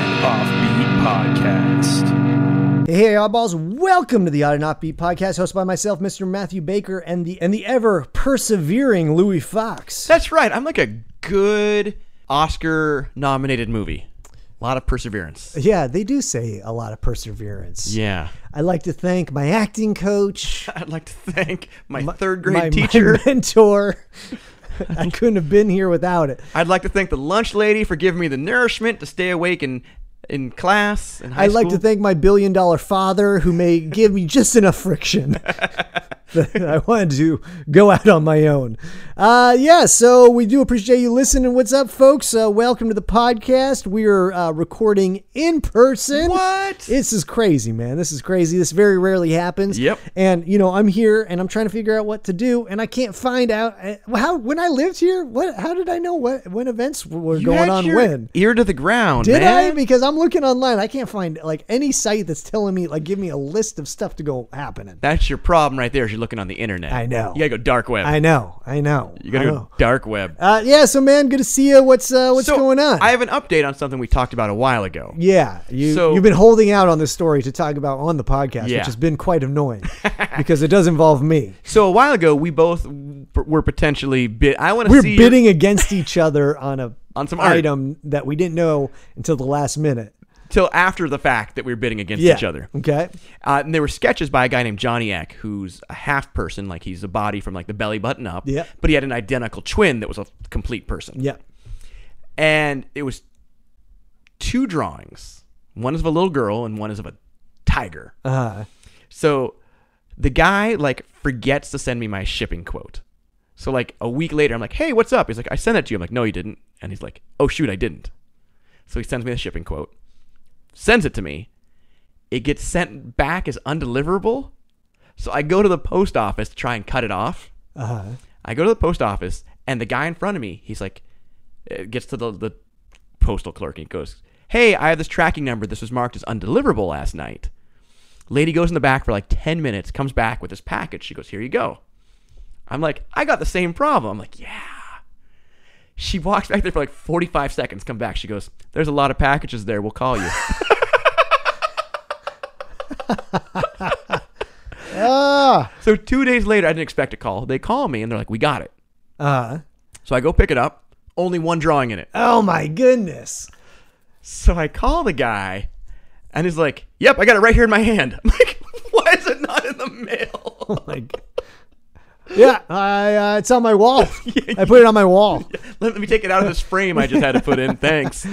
Odd and Offbeat Podcast. Hey, eyeballs! Welcome to the Odd and Offbeat podcast, hosted by myself, Mr. Matthew Baker, and the and the ever persevering Louis Fox. That's right. I'm like a good Oscar nominated movie. A lot of perseverance. Yeah, they do say a lot of perseverance. Yeah. I'd like to thank my acting coach, I'd like to thank my, third grade my, my teacher. mentor. I couldn't have been here without it. I'd like to thank the lunch lady for giving me the nourishment to stay awake in, in class. In high I'd like to school. thank my billion dollar father who may give me just enough friction that I wanted to go out on my own. Uh, yeah, so we do appreciate you listening. What's up, folks? Uh, welcome to the podcast. We're uh, recording in person. What? This is crazy, man. This is crazy. This very rarely happens. Yep. And, you know, I'm here and I'm trying to figure out what to do and I can't find out uh, how, when I lived here, what, how did I know what, when events were You going had on your when? Ear to the ground. Did I? man. Because I'm looking online. I can't find like any site that's telling me like give me a list of stuff to go happening. That's your problem right there. Is you're looking on the internet. I know. You gotta go dark web. I know. I know. you I gotta know. go dark web. Uh, yeah. So man, good to see you. What's uh, what's So, going on? I have an update on something we talked about a while ago. yeah. You So- you've been holding out on this story to talk about on the podcast, Yeah. which has been quite annoying because it does involve me. So a while ago, we both w- were potentially bid. I want to We're see your- bidding against each other on a On some art. item that we didn't know until the last minute. till after the fact that we were bidding against Yeah. each other. Okay. Uh, and there were sketches by a guy named Johnny Eck, who's a half person, like he's a body from like the belly button up. Yeah. But he had an identical twin that was a complete person. Yeah. And it was two drawings. One is of a little girl and one is of a tiger. Uh, So the guy like forgets to send me my shipping quote. So like a week later, I'm like, hey, what's up? He's like, I sent it to you. I'm like, no, you didn't. And he's like, oh shoot, I didn't. So he sends me the shipping quote, sends it to me. It gets sent back as undeliverable. So I go to the post office to try and cut it off. uh, I go to the post office, and the guy in front of me, he's like, it gets to the, the postal clerk and he goes, Hey, I have this tracking number. This was marked as undeliverable last night. Lady goes in the back for like 10 minutes, comes back with this package. She goes, Here you go. I'm like, I got the same problem. I'm like, Yeah. She walks back there for like 45 seconds, come back. She goes, There's a lot of packages there. We'll call you. ah. so two days later, I didn't expect a call. They call me and they're like, We got it. Uh. So I go pick it up. Only one drawing in it. Oh my goodness. So I call the guy, and he's like, "Yep, I got it right here in my hand." I'm like, "Why is it not in the mail?" Like, yeah, I, uh, it's on my wall. I put it on my wall. Let me take it out of this frame I just had to put in. Thanks.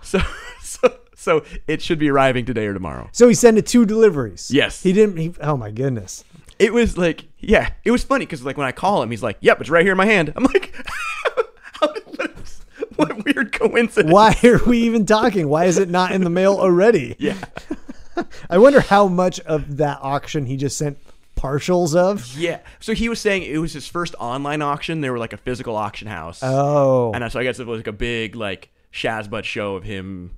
So, so, so it should be arriving today or tomorrow. So he sent it two deliveries. Yes. He didn't. He, oh my goodness. It was like, yeah, it was funny because like when I call him, he's like, "Yep, it's right here in my hand." I'm like, how did- what, is- what weird coincidence? Why are we even talking? Why is it not in the mail already? Yeah, I wonder how much of that auction he just sent partials of. yeah. So he was saying it was his first online auction. They were like a physical auction house. Oh, And so I guess it was like a big like Shazbut show of him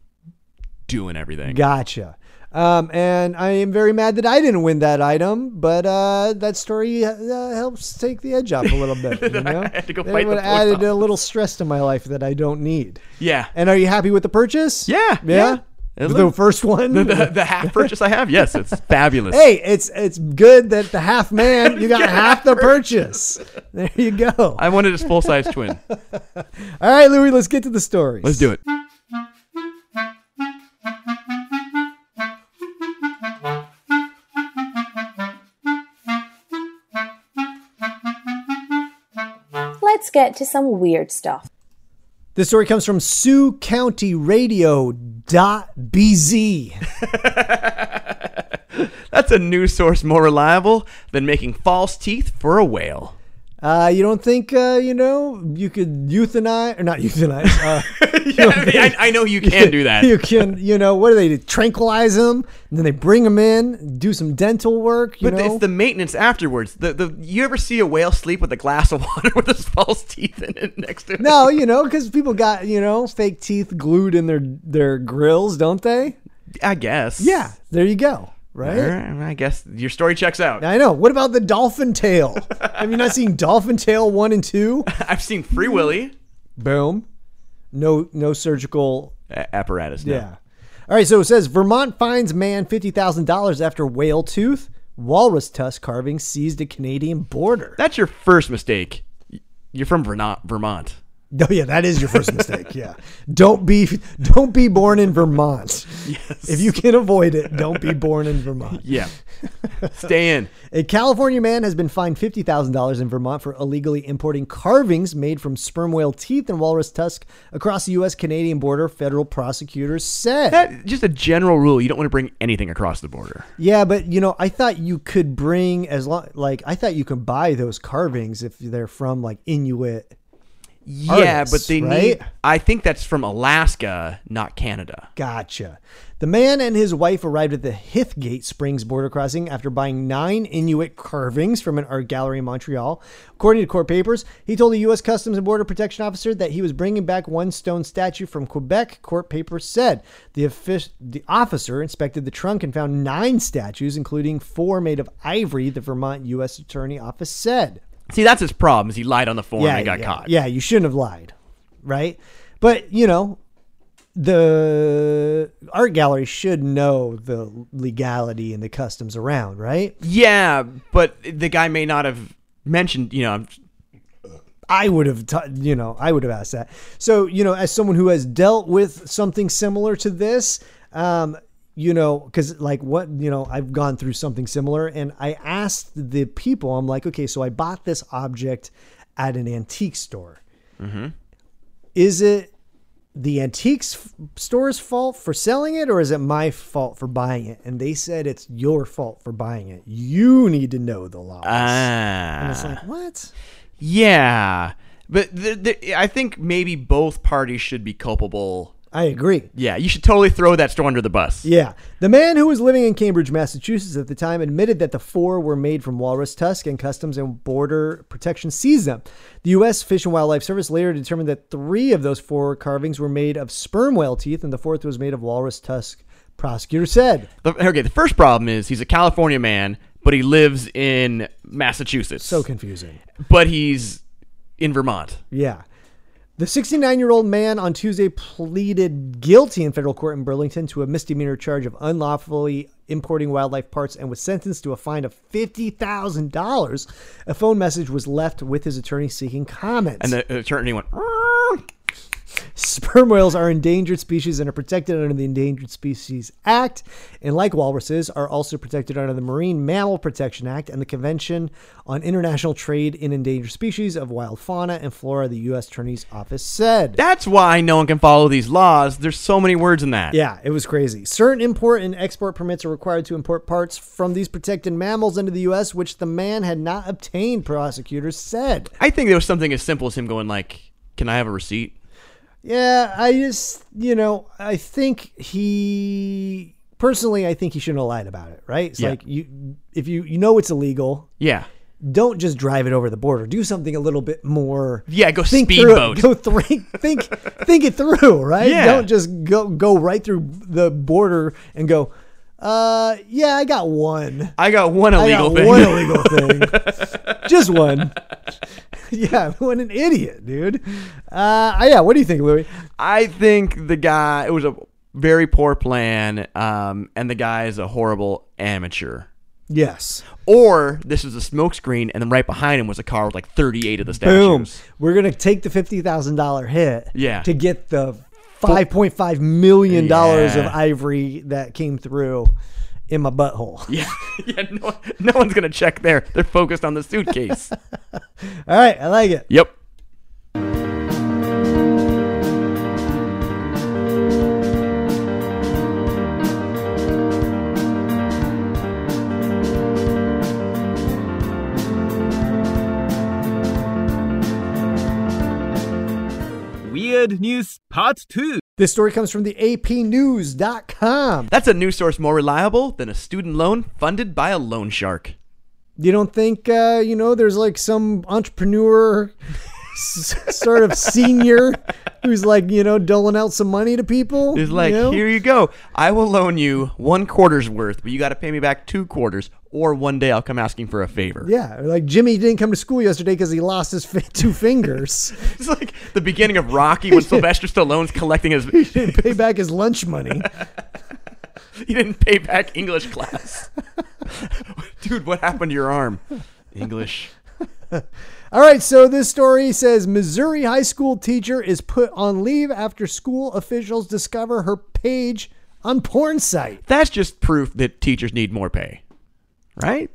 doing everything. gotcha. Um, and I am very mad that I didn't win that item, but uh, that story uh, helps take the edge off a little bit. You know? I had to go fight the would post added a little stress to my life that I don't need. yeah. And are you happy with the purchase? yeah. Yeah. It The looked- first one. the, the, the half purchase I have, yes, it's fabulous. hey, it's it's good that the half man you got half the purchase. There you go. I wanted his full size twin. All right, Louis, let's get to the stories. Let's do it. Let's get to some weird stuff. This story comes from Sioux County Radio dot BZ. That's a news source more reliable than making false teeth for a whale. Uh, you don't think uh, you know you could euthanize or not euthanize? Uh, Yeah, I, mean, I, I know you can do that. you can you know what do they do? tranquilize them and then they bring them in, do some dental work. You But know, it's the maintenance afterwards. The the you ever see a whale sleep with a glass of water with his false teeth in it next to him? no, you know, because people got you know fake teeth glued in their their grills, don't they? I guess. Yeah, there you go. Right. Alright, I guess your story checks out. I know. What about the Dolphin Tale? Have you not seen Dolphin Tale one and two? I've seen Free Willy Boom. No, no surgical. A- apparatus. no. Yeah. All right. So it says Vermont finds man fifty thousand dollars after whale tooth walrus tusk carving seized at Canadian border. That's your first mistake. Y- You're from Verna- Vermont. Oh yeah, that is your first mistake. Yeah. Don't be don't be born in Vermont. Yes. If you can avoid it, don't be born in Vermont. Yeah. Stay in. A California man has been fined $50,000 in Vermont for illegally importing carvings made from sperm whale teeth and walrus tusk across the U.S. Canadian border, federal prosecutors said. That just a general rule. You don't want to bring anything across the border. yeah, but you know, I thought you could bring as long, like, I thought you could buy those carvings if they're from like Inuit. yeah, but Artists, they right? need. I think that's from Alaska, not Canada. Gotcha. The man and his wife arrived at the Hithgate Springs border crossing after buying nine Inuit carvings from an art gallery in Montreal. According to court papers, he told a U.S. Customs and Border Protection officer that he was bringing back one stone statue from Quebec. Court papers said the, offic- the officer inspected the trunk and found nine statues, including four made of ivory. The Vermont U.S. Attorney Office said. See, that's his problem. Is he lied on the form and got yeah, caught? Yeah, you shouldn't have lied, right? But you know, the art gallery should know the legality and the customs around, right? Yeah, but the guy may not have mentioned. You know, I'm- I would have, t- you know, I would have asked that. So, you know, as someone who has dealt with something similar to this, um, you know, because like what, you know, I've gone through something similar and I asked the people, I'm like, okay, so I bought this object at an antique store. Is it the antiques f- store's fault for selling it or is it my fault for buying it? And they said it's your fault for buying it. You need to know the laws. and it's like, what? yeah, but the, the, I think maybe both parties should be culpable. I agree. Yeah, you should totally throw that store under the bus. Yeah. The man who was living in Cambridge, Massachusetts at the time admitted that the four were made from walrus tusk and Customs and Border Protection seized them. The U.S. Fish and Wildlife Service later determined that three of those four carvings were made of sperm whale teeth and the fourth was made of walrus tusk, prosecutor said. The- okay, the first problem is he's a California man, but he lives in Massachusetts. So confusing. but he's in Vermont. Yeah. The 69 year old man on Tuesday pleaded guilty in federal court in Burlington to a misdemeanor charge of unlawfully importing wildlife parts and was sentenced to a fine of $50,000. A phone message was left with his attorney seeking comments. And the attorney went, "Rrrr." Sperm whales are endangered species and are protected under the Endangered Species Act, and like walruses, are also protected under the Marine Mammal Protection Act and the Convention on International Trade in Endangered Species of Wild Fauna and Flora, the U.S. Attorney's Office said. that's why no one can follow these laws. There's so many words in that. Yeah, it was crazy. Certain import and export permits are required to import parts from these protected mammals into the U.S., which the man had not obtained, prosecutors said. I think there was something as simple as him going like, "Can I have a receipt?" Yeah, I just, you know, I think he personally, I think he shouldn't have lied about it, right? It's Yeah. like you, if you you know it's illegal, Yeah. don't just drive it over the border. Do something a little bit more. Yeah, go through it. speedboat. Go think think think it through, right? Yeah. Don't just go go right through the border and go. Uh, yeah, I got one. I got one I illegal got thing. one illegal thing. Just one. Yeah, what an idiot, dude. Uh, yeah, what do you think, Louis? I think the guy it was a very poor plan, um, and the guy is a horrible amateur. Yes. Or this is a smokescreen, and then right behind him was a car with like 38 of the Boom. statues. We're gonna take the fifty thousand dollar hit. Yeah. To get the five point five million dollars of Yeah. ivory that came through in my butthole. Yeah, yeah. No, no one's gonna check there. They're focused on the suitcase. All right, I like it. yep. Weird News Part 2. This story comes from the APnews.com. That's a news source more reliable than a student loan funded by a loan shark. You don't think, uh, you know, there's like some entrepreneur, s- sort of senior who's like, you know, doling out some money to people? It's like, you know? here you go. I will loan you one quarter's worth, but you got to pay me back two quarters, or one day I'll come asking for a favor. Yeah, or like Jimmy didn't come to school yesterday because he lost his fi- two fingers. It's like the beginning of Rocky when Sylvester Stallone's collecting his. He didn't pay back his lunch money. He didn't pay back English class. Dude, what happened to your arm? English. All right, so this story says Missouri high school teacher is put on leave after school officials discover her page on porn site. That's just proof that teachers need more pay, right?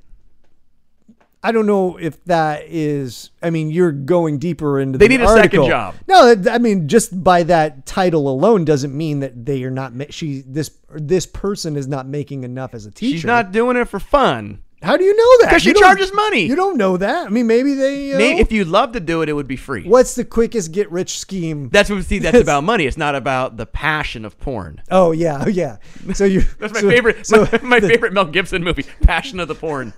I don't know if that is. I mean, you're going deeper into. They the need a second article. job. No, I mean, just by that title alone doesn't mean that they are not. ma- She this this person is not making enough as a teacher. She's not doing it for fun. How do you know that? 'Cause she You don't- charges money. You don't know that. I mean, maybe they. You Maybe know, if you love to do it, it would be free. what's the quickest get rich scheme? That's what see. That's about money. It's not about the passion of porn. oh yeah, oh yeah. So you. That's my so- favorite. So, my my favorite Mel Gibson movie, Passion of the Porn.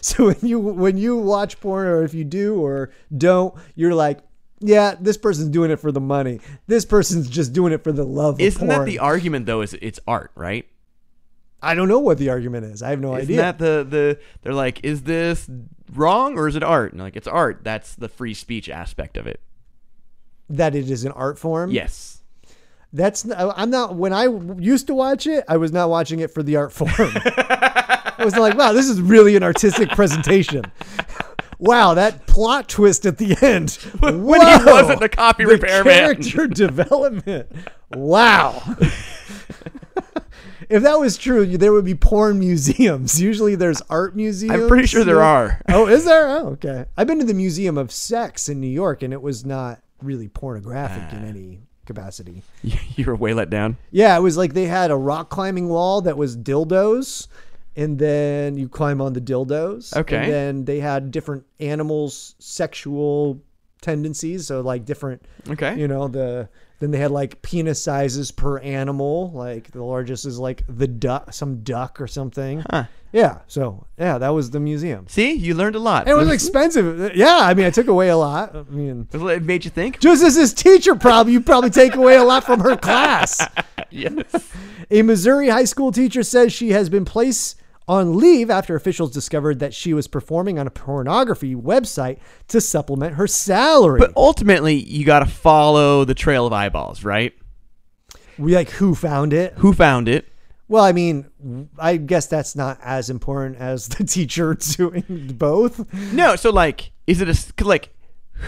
so when you when you watch porn, or if you do or don't, you're like. Yeah, this person's doing it for the money. This person's just doing it for the love of Isn't that porn. the argument though? Is it's art, right? I don't know what the argument is. I have no Isn't idea. that the the? They're like, is this wrong or is it art? And like, it's art. That's the free speech aspect of it. that it is an art form. Yes. That's I'm not when I used to watch it, I was not watching it for the art form. I was like, wow, this is really an artistic presentation. Wow, that plot twist at the end. When when he wasn't the copy repairman. Character development. Wow. if that was true, there would be porn museums. Usually there's art museums. I'm pretty sure there Yeah. are. Oh, is there? Oh, okay. I've been to the Museum of Sex in New York, and it was not really pornographic Ah. in any capacity. You were way let down. Yeah, it was like they had a rock climbing wall that was dildos, and then you climb on the dildos. Okay. And then they had different animals' sexual tendencies, so like different. Okay. You know the. Then they had like penis sizes per animal. Like the largest is like the duck, some duck or something. Yeah. So yeah, that was the museum. See, you learned a lot. It was expensive. Yeah, I mean, I took away a lot. I mean, It made you think. just as this teacher probably, you probably take away a lot from her class. Yes. A Missouri high school teacher says she has been placed on leave after officials discovered that she was performing on a pornography website to supplement her salary. But ultimately, you got to follow the trail of eyeballs, right? we like who found it? Who found it? Well, I mean, I guess that's not as important as the teacher doing both. No, so like, is it a s- 'cause, like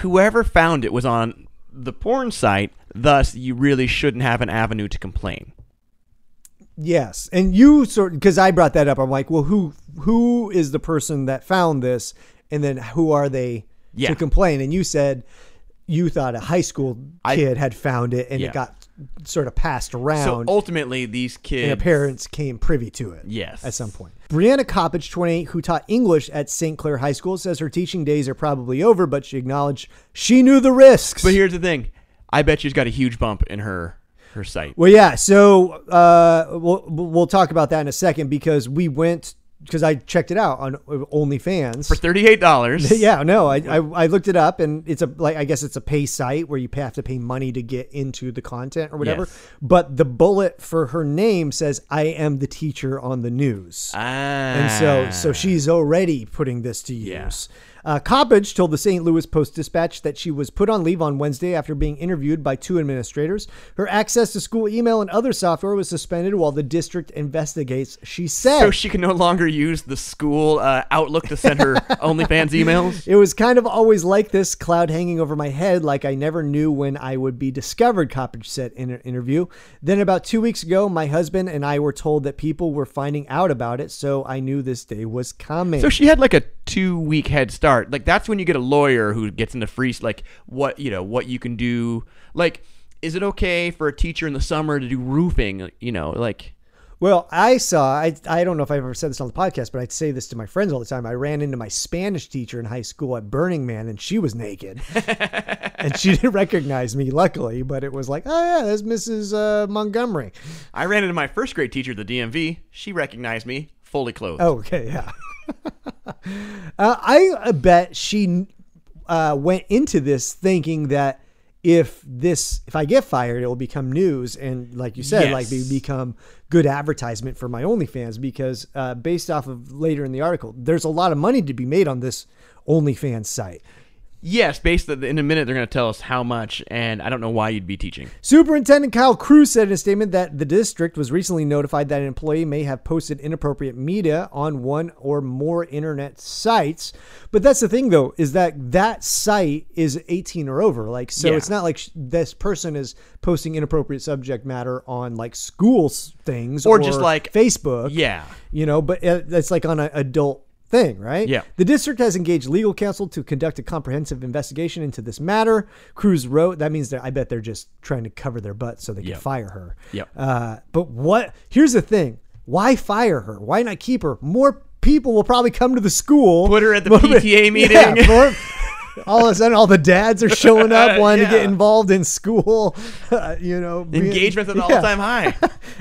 whoever found it was on the porn site? Thus, you really shouldn't have an avenue to complain. Yes, and you sort because I brought that up. I'm like, well, who who is the person that found this, and then who are they Yeah. to complain? And you said you thought a high school I- kid had found it, and Yeah. it got sort of passed So oh, around, ultimately, these kids. and her parents came privy to it. Yes. at some point. Brianna Coppage, 28, who taught English at St. Clair High School, says her teaching days are probably over, but she acknowledged she knew the risks. But here's the thing: I bet she's got a huge bump in her her site. Well, yeah. So uh, we'll we'll talk about that in a second because we went because I checked it out on OnlyFans. For thirty-eight dollars. yeah, no, I, I I looked it up and it's a like I guess it's a pay site where you pay- have to pay money to get into the content or whatever. Yes. But the bullet for her name says "I am the teacher on the Ah. news." And so, so she's already putting this to use. Yeah. Uh, Coppage told the St. Louis Post Dispatch that she was put on leave on Wednesday after being interviewed by two administrators. Her access to school email and other software was suspended while the district investigates. She said So she can no longer use the school uh, Outlook to send her OnlyFans emails. It was kind of always like this cloud hanging over my head, like I never knew when I would be discovered, Coppage said in an interview. Then, about two weeks ago, my husband and I were told that people were finding out about it, so I knew this day was coming. So she had like a two week head start. Like that's when you get a lawyer who gets into free like what you know what you can do. Like, is it okay for a teacher in the summer to do roofing? You know, like Well, I saw, I, I don't know if I've ever said this on the podcast, but I say this to my friends all the time. I ran into my Spanish teacher in high school at Burning Man and she was naked. and she didn't recognize me, luckily, but it was like, oh, yeah, that's Mrs. Uh, Montgomery. I ran into my first grade teacher at the DMV. She recognized me fully clothed. Oh, okay, yeah. uh, I bet she uh, went into this thinking that if this, if I get fired, it will become news, and like you said, like they Yes. become good advertisement for my OnlyFans because uh, based off of later in the article, there's a lot of money to be made on this OnlyFans site. Yes, based on- in a minute they're going to tell us how much, and I don't know why you'd be teaching. Superintendent Kyle Cruz said in a statement that the district was recently notified that an employee may have posted inappropriate media on one or more internet sites. But that's the thing, though, is that that site is 18 or over. Like, so Yeah. it's not like sh- this person is posting inappropriate subject matter on like school s- things Or just, like- Facebook Yeah. you know, but it- it's like on an adult thing, right? Yeah. The district has engaged legal counsel to conduct a comprehensive investigation into this matter. Cruz wrote, that means that I bet they're just trying to cover their butt so they can Yep. fire her. Yep. Uh, but what, here's the thing. Why fire her? Why not keep her? More people will probably come to the school. Put her at the More- PTA meeting. Yeah, more- all of a sudden, all the dads are showing up wanting to get Yeah. involved in school. you know, being- Engagement's at an Yeah. all-time high.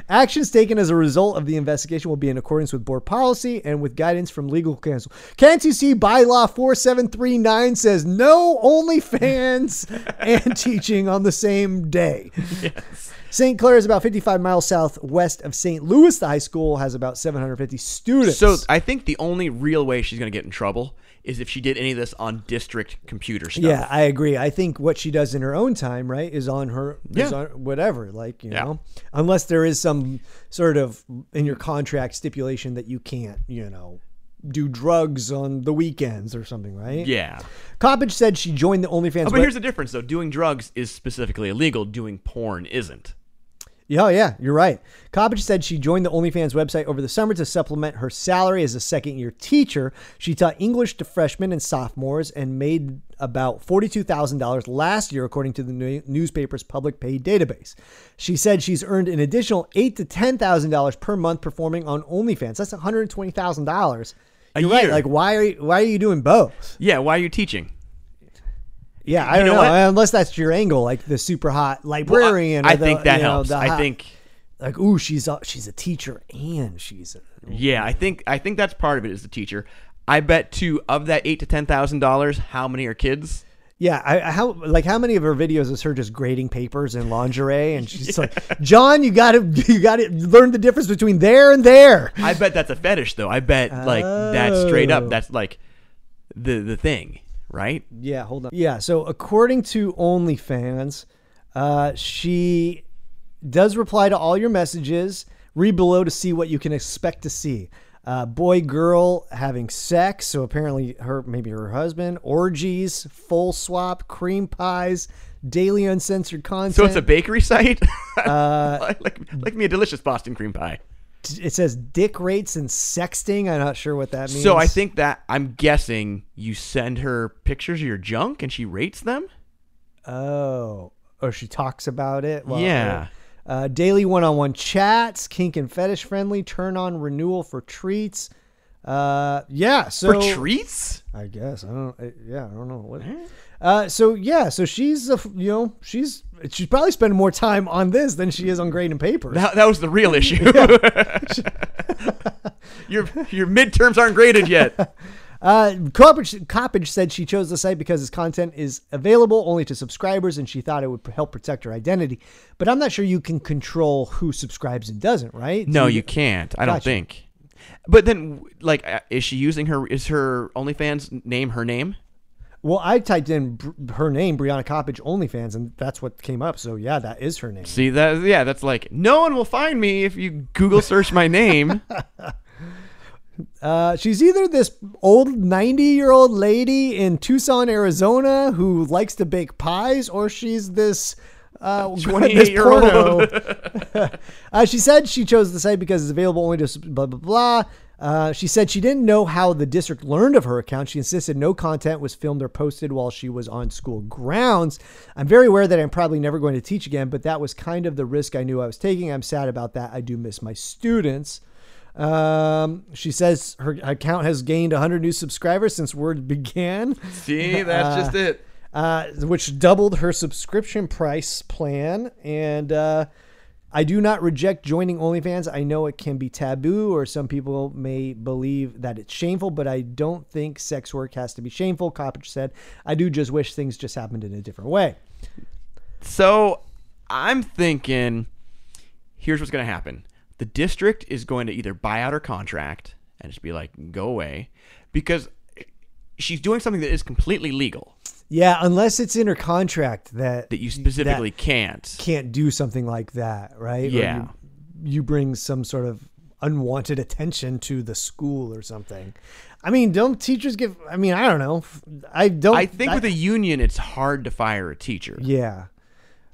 Actions taken as a result of the investigation will be in accordance with board policy and with guidance from legal counsel. Can't you see bylaw 4739 says no OnlyFans and teaching on the same day? St. Clair is about 55 miles southwest of St. Louis. The high school has about 750 students. so I think the only real way she's going to get in trouble is if she did any of this on district computer stuff. yeah, I agree. I think what she does in her own time, right, is on her, is Yeah. on whatever, like, you Yeah. know, unless there is some sort of in your contract stipulation that you can't, you know, do drugs on the weekends or something, right? Yeah. Coppage said she joined the OnlyFans. Oh, but web- here's the difference, though. Doing drugs is specifically illegal. Doing porn isn't. Yeah, oh, yeah, you're right. Coppage said she joined the OnlyFans website over the summer to supplement her salary as a second year teacher. She taught English to freshmen and sophomores and made about $42,000 last year, according to the new- newspaper's public pay database. She said she's earned an additional eight to $10,000 per month performing on OnlyFans. That's $120,000. A You're right. year. Like, why are you, why are you doing both? Yeah. Why are you teaching? Yeah, I don't know know. what? Unless that's your angle, like the super hot Well, I- librarian. or I, the, think that you know, helps. the I hot- think. like ooh she's a, she's a teacher and she's a, Yeah. I think. I think that's part of it. Is the teacher. I bet too. Of that eight to ten thousand dollars, how many are kids? yeah I, I- how like how many of her videos is her just grading papers in lingerie and she's like John you gotta you gotta learn the difference between there and there I bet that's a fetish, though. I bet like that's straight Oh. up. That's like the the thing, right? yeah hold on yeah so according to OnlyFans uh, she does reply to all your messages read below to see what you can expect to see. Uh, boy, girl having sex. So apparently, her maybe her husband orgies, full swap, cream pies, daily uncensored content. So it's a bakery site. Uh, like like me a delicious Boston cream pie. it says dick rates and sexting. I'm not sure what that means. So I think that I'm guessing you send her pictures of your junk and she rates them. Oh, or she talks about it. while- Yeah. Uh, daily one-on-one chats, kink and fetish friendly, turn on renewal for treats. Uh, yeah. So For treats? I guess I don't. I, yeah, I don't know what. Uh, so yeah, so she's a, f- you know she's she's probably spending more time on this than she is on grading papers. That, that was the real issue. your your midterms aren't graded yet. Uh, Coppage, Coppage said she chose the site because its content is available only to subscribers, and she thought it would help protect her identity. But I'm not sure you can control who subscribes and doesn't, right? No, you can't. I don't Gotcha. think. But then, like, uh, is she using her? Is her OnlyFans name her name? Well, I typed in Br- her name, Brianna Coppage, OnlyFans, and that's what came up. So yeah, that is her name. See that? Yeah, that's like no one will find me if you Google search my name. Uh, she's either this old 90 year old lady in Tucson, Arizona, who likes to bake pies, or she's this. Uh, this 28-year-old. porno. uh, she said she chose the site because it's available only to s- blah blah blah. Uh, she said she didn't know how the district learned of her account. She insisted no content was filmed or posted while she was on school grounds. I'm very aware that I'm probably never going to teach again, but that was kind of the risk I knew I was taking. I'm sad about that. I do miss my students. Um, she says her account has gained 100 new subscribers since word began. See, that's just it. uh, which doubled her subscription price plan. And uh, I do not reject joining OnlyFans. I know it can be taboo, or some people may believe that it's shameful, but I don't think sex work has to be shameful. Coppage said, "I do just wish things just happened in a different way." So I'm thinking here's what's going to happen. The district is going to either buy out her contract and just be like, go away, because she's doing something that is completely legal Yeah, unless it's in her contract that that you specifically can't. can't do something like that, right? Or Yeah. you, you bring some sort of unwanted attention to the school or something. I mean, don't teachers give? I mean, I don't know. I don't. I think with a union, it's hard to fire a teacher. Yeah.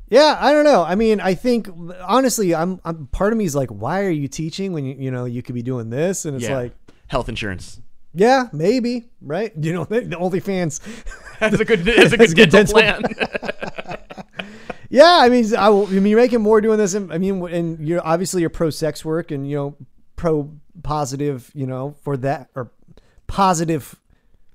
Yeah, I don't know. I mean, I think honestly, I'm, I'm part of me is like, why are you teaching when you you know you could be doing this? And it's Yeah. like, health insurance. yeah, maybe, right? You know, the OnlyFans. That's a good. That's a good, dental, plan. yeah, I mean, I will. I mean, you're making more doing this. And, I mean, and you're obviously you're pro sex work and you know pro positive, you know, for that or positive,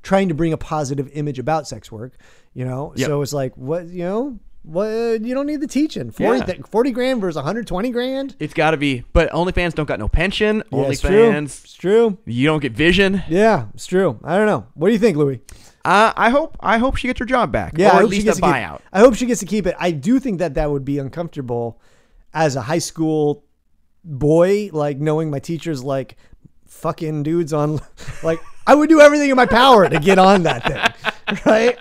trying to bring a positive image about sex work. You know, Yep. so it's like what you know. What you don't need the teaching. 40, Yeah. 40 grand versus 120 grand. it's got to be. But OnlyFans don't got no pension. Yeah, it's true. It's OnlyFans, true. you don't get vision. Yeah, it's true. I don't know. What do you think, Louis? Uh, I hope. I hope she gets her job back. Yeah, I or at hope she least a gets to keep- buyout. I hope she gets to keep it. I do think that that would be uncomfortable as a high school boy, like knowing my teachers like fucking dudes on. Like I would do everything in my power to get on that thing, right?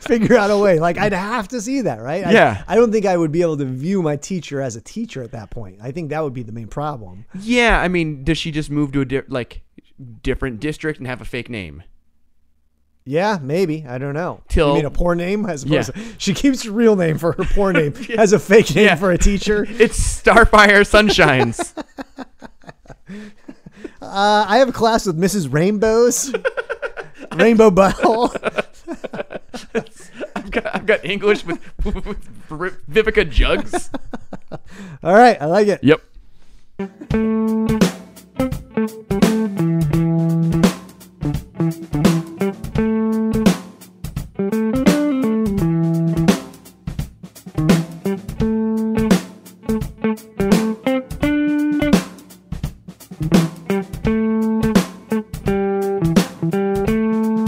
Figure out a way. Like I'd have to see that, right? I- Yeah. I don't think I would be able to view my teacher as a teacher at that point. I think that would be the main problem. Yeah, I mean, does she just move to a di- like different district and have a fake name? Yeah, maybe. I don't know. Till- you mean a poor name as opposed Yeah. to, she keeps her real name for her poor name as a fake name Yeah. for a teacher. It's Starfire Sunshines. Uh, I have a class with Mrs. Rainbows, Rainbow Bell. I've, got, I've got English with, with Vivica Jugs. All right, I like it. Yep.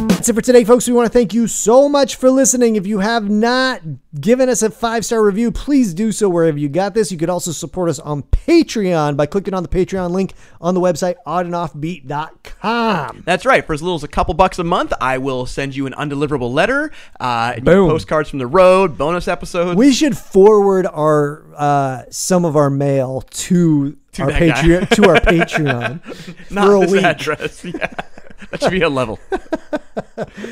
That's it for today, folks. We want to thank you so much for listening. If you have not given us a five star review, please do so wherever you got this. You could also support us on Patreon by clicking on the Patreon link on the website oddandoffbeat.com. That's right. For as little as a couple bucks a month, I will send you an undeliverable letter, uh, and Boom. postcards from the road, bonus episodes. We should forward our uh, some of our mail to, our that guy. Patreon to our Patreon not for a this week. address. Yeah. That should be a level.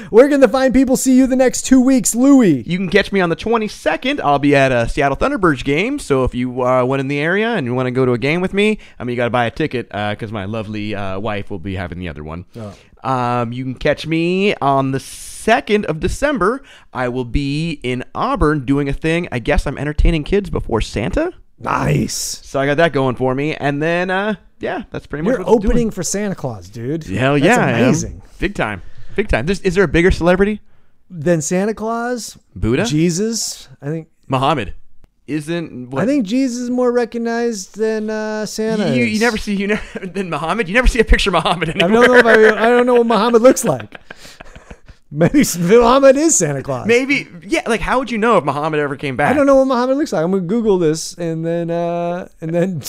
Where can the fine people see you the next two weeks, Louie? You can catch me on the 22nd. I'll be at a Seattle Thunderbirds game. So if you uh, went in the area and you want to go to a game with me, I mean, you got to buy a ticket because my lovely uh, wife will be having the other one. Oh. Um, you can catch me on the 2nd of December. I will be in Auburn doing a thing. I guess I'm entertaining kids before Santa. Nice. So I got that going for me. And then, uh, yeah, that's pretty much You're what I'm opening for Santa Claus, dude. Doing. Hell That's yeah. I am. amazing. Big time. Big time. There's, is there a bigger celebrity? Then Santa Claus, Buddha? Jesus. I think Muhammad. Isn't what, I think Jesus is more recognized than uh, Santa. You, is. you never see you never then Muhammad. You never see a picture of Muhammad I anywhere. don't know. If I, I don't know what Muhammad looks like. Maybe Muhammad is Santa Claus. Maybe yeah. Like how would you know if Muhammad ever came back? I don't know what Muhammad looks like. I'm gonna Google this and then uh, and then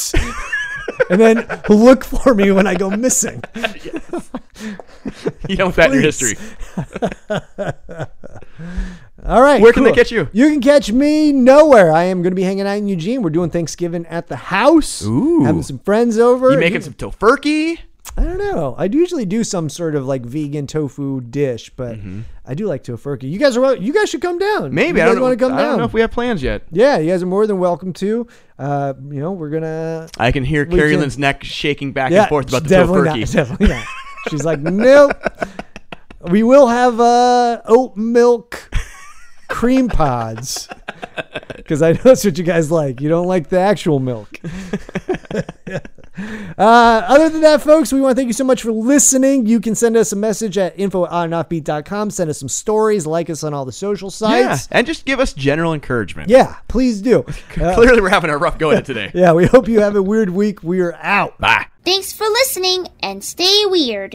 and then look for me when I go missing. You don't have that in your Please. history. All right. Where can they catch you? You can catch me nowhere. I am going to be hanging out in Eugene. We're doing Thanksgiving at the house. Ooh. Having some friends over. You making some tofurkey? I don't know. I usually do some sort of like vegan tofu dish, but I do like tofurkey. You guys are wel- you guys should come down. Mm-hmm. Maybe you I don't guys know. want to come I down. don't know if we have plans yet. yeah, you guys are more than welcome to. Uh, you know, we're gonna I can hear We Carrie can- Lynn's neck shaking back yeah, and forth about the definitely tofurkey. not. Definitely not. She's like, nope. We will have uh, oat milk cream pods because I know that's what you guys like. You don't like the actual milk. Uh, other than that, folks, we want to thank you so much for listening. You can send us a message at info at com. Send us some stories. Like us on all the social Yeah, sites. and just give us general encouragement. Yeah, please do. Uh, Clearly, we're having a rough go at it today. yeah, we hope you have a weird week. We are out. Bye. Thanks for listening and stay weird.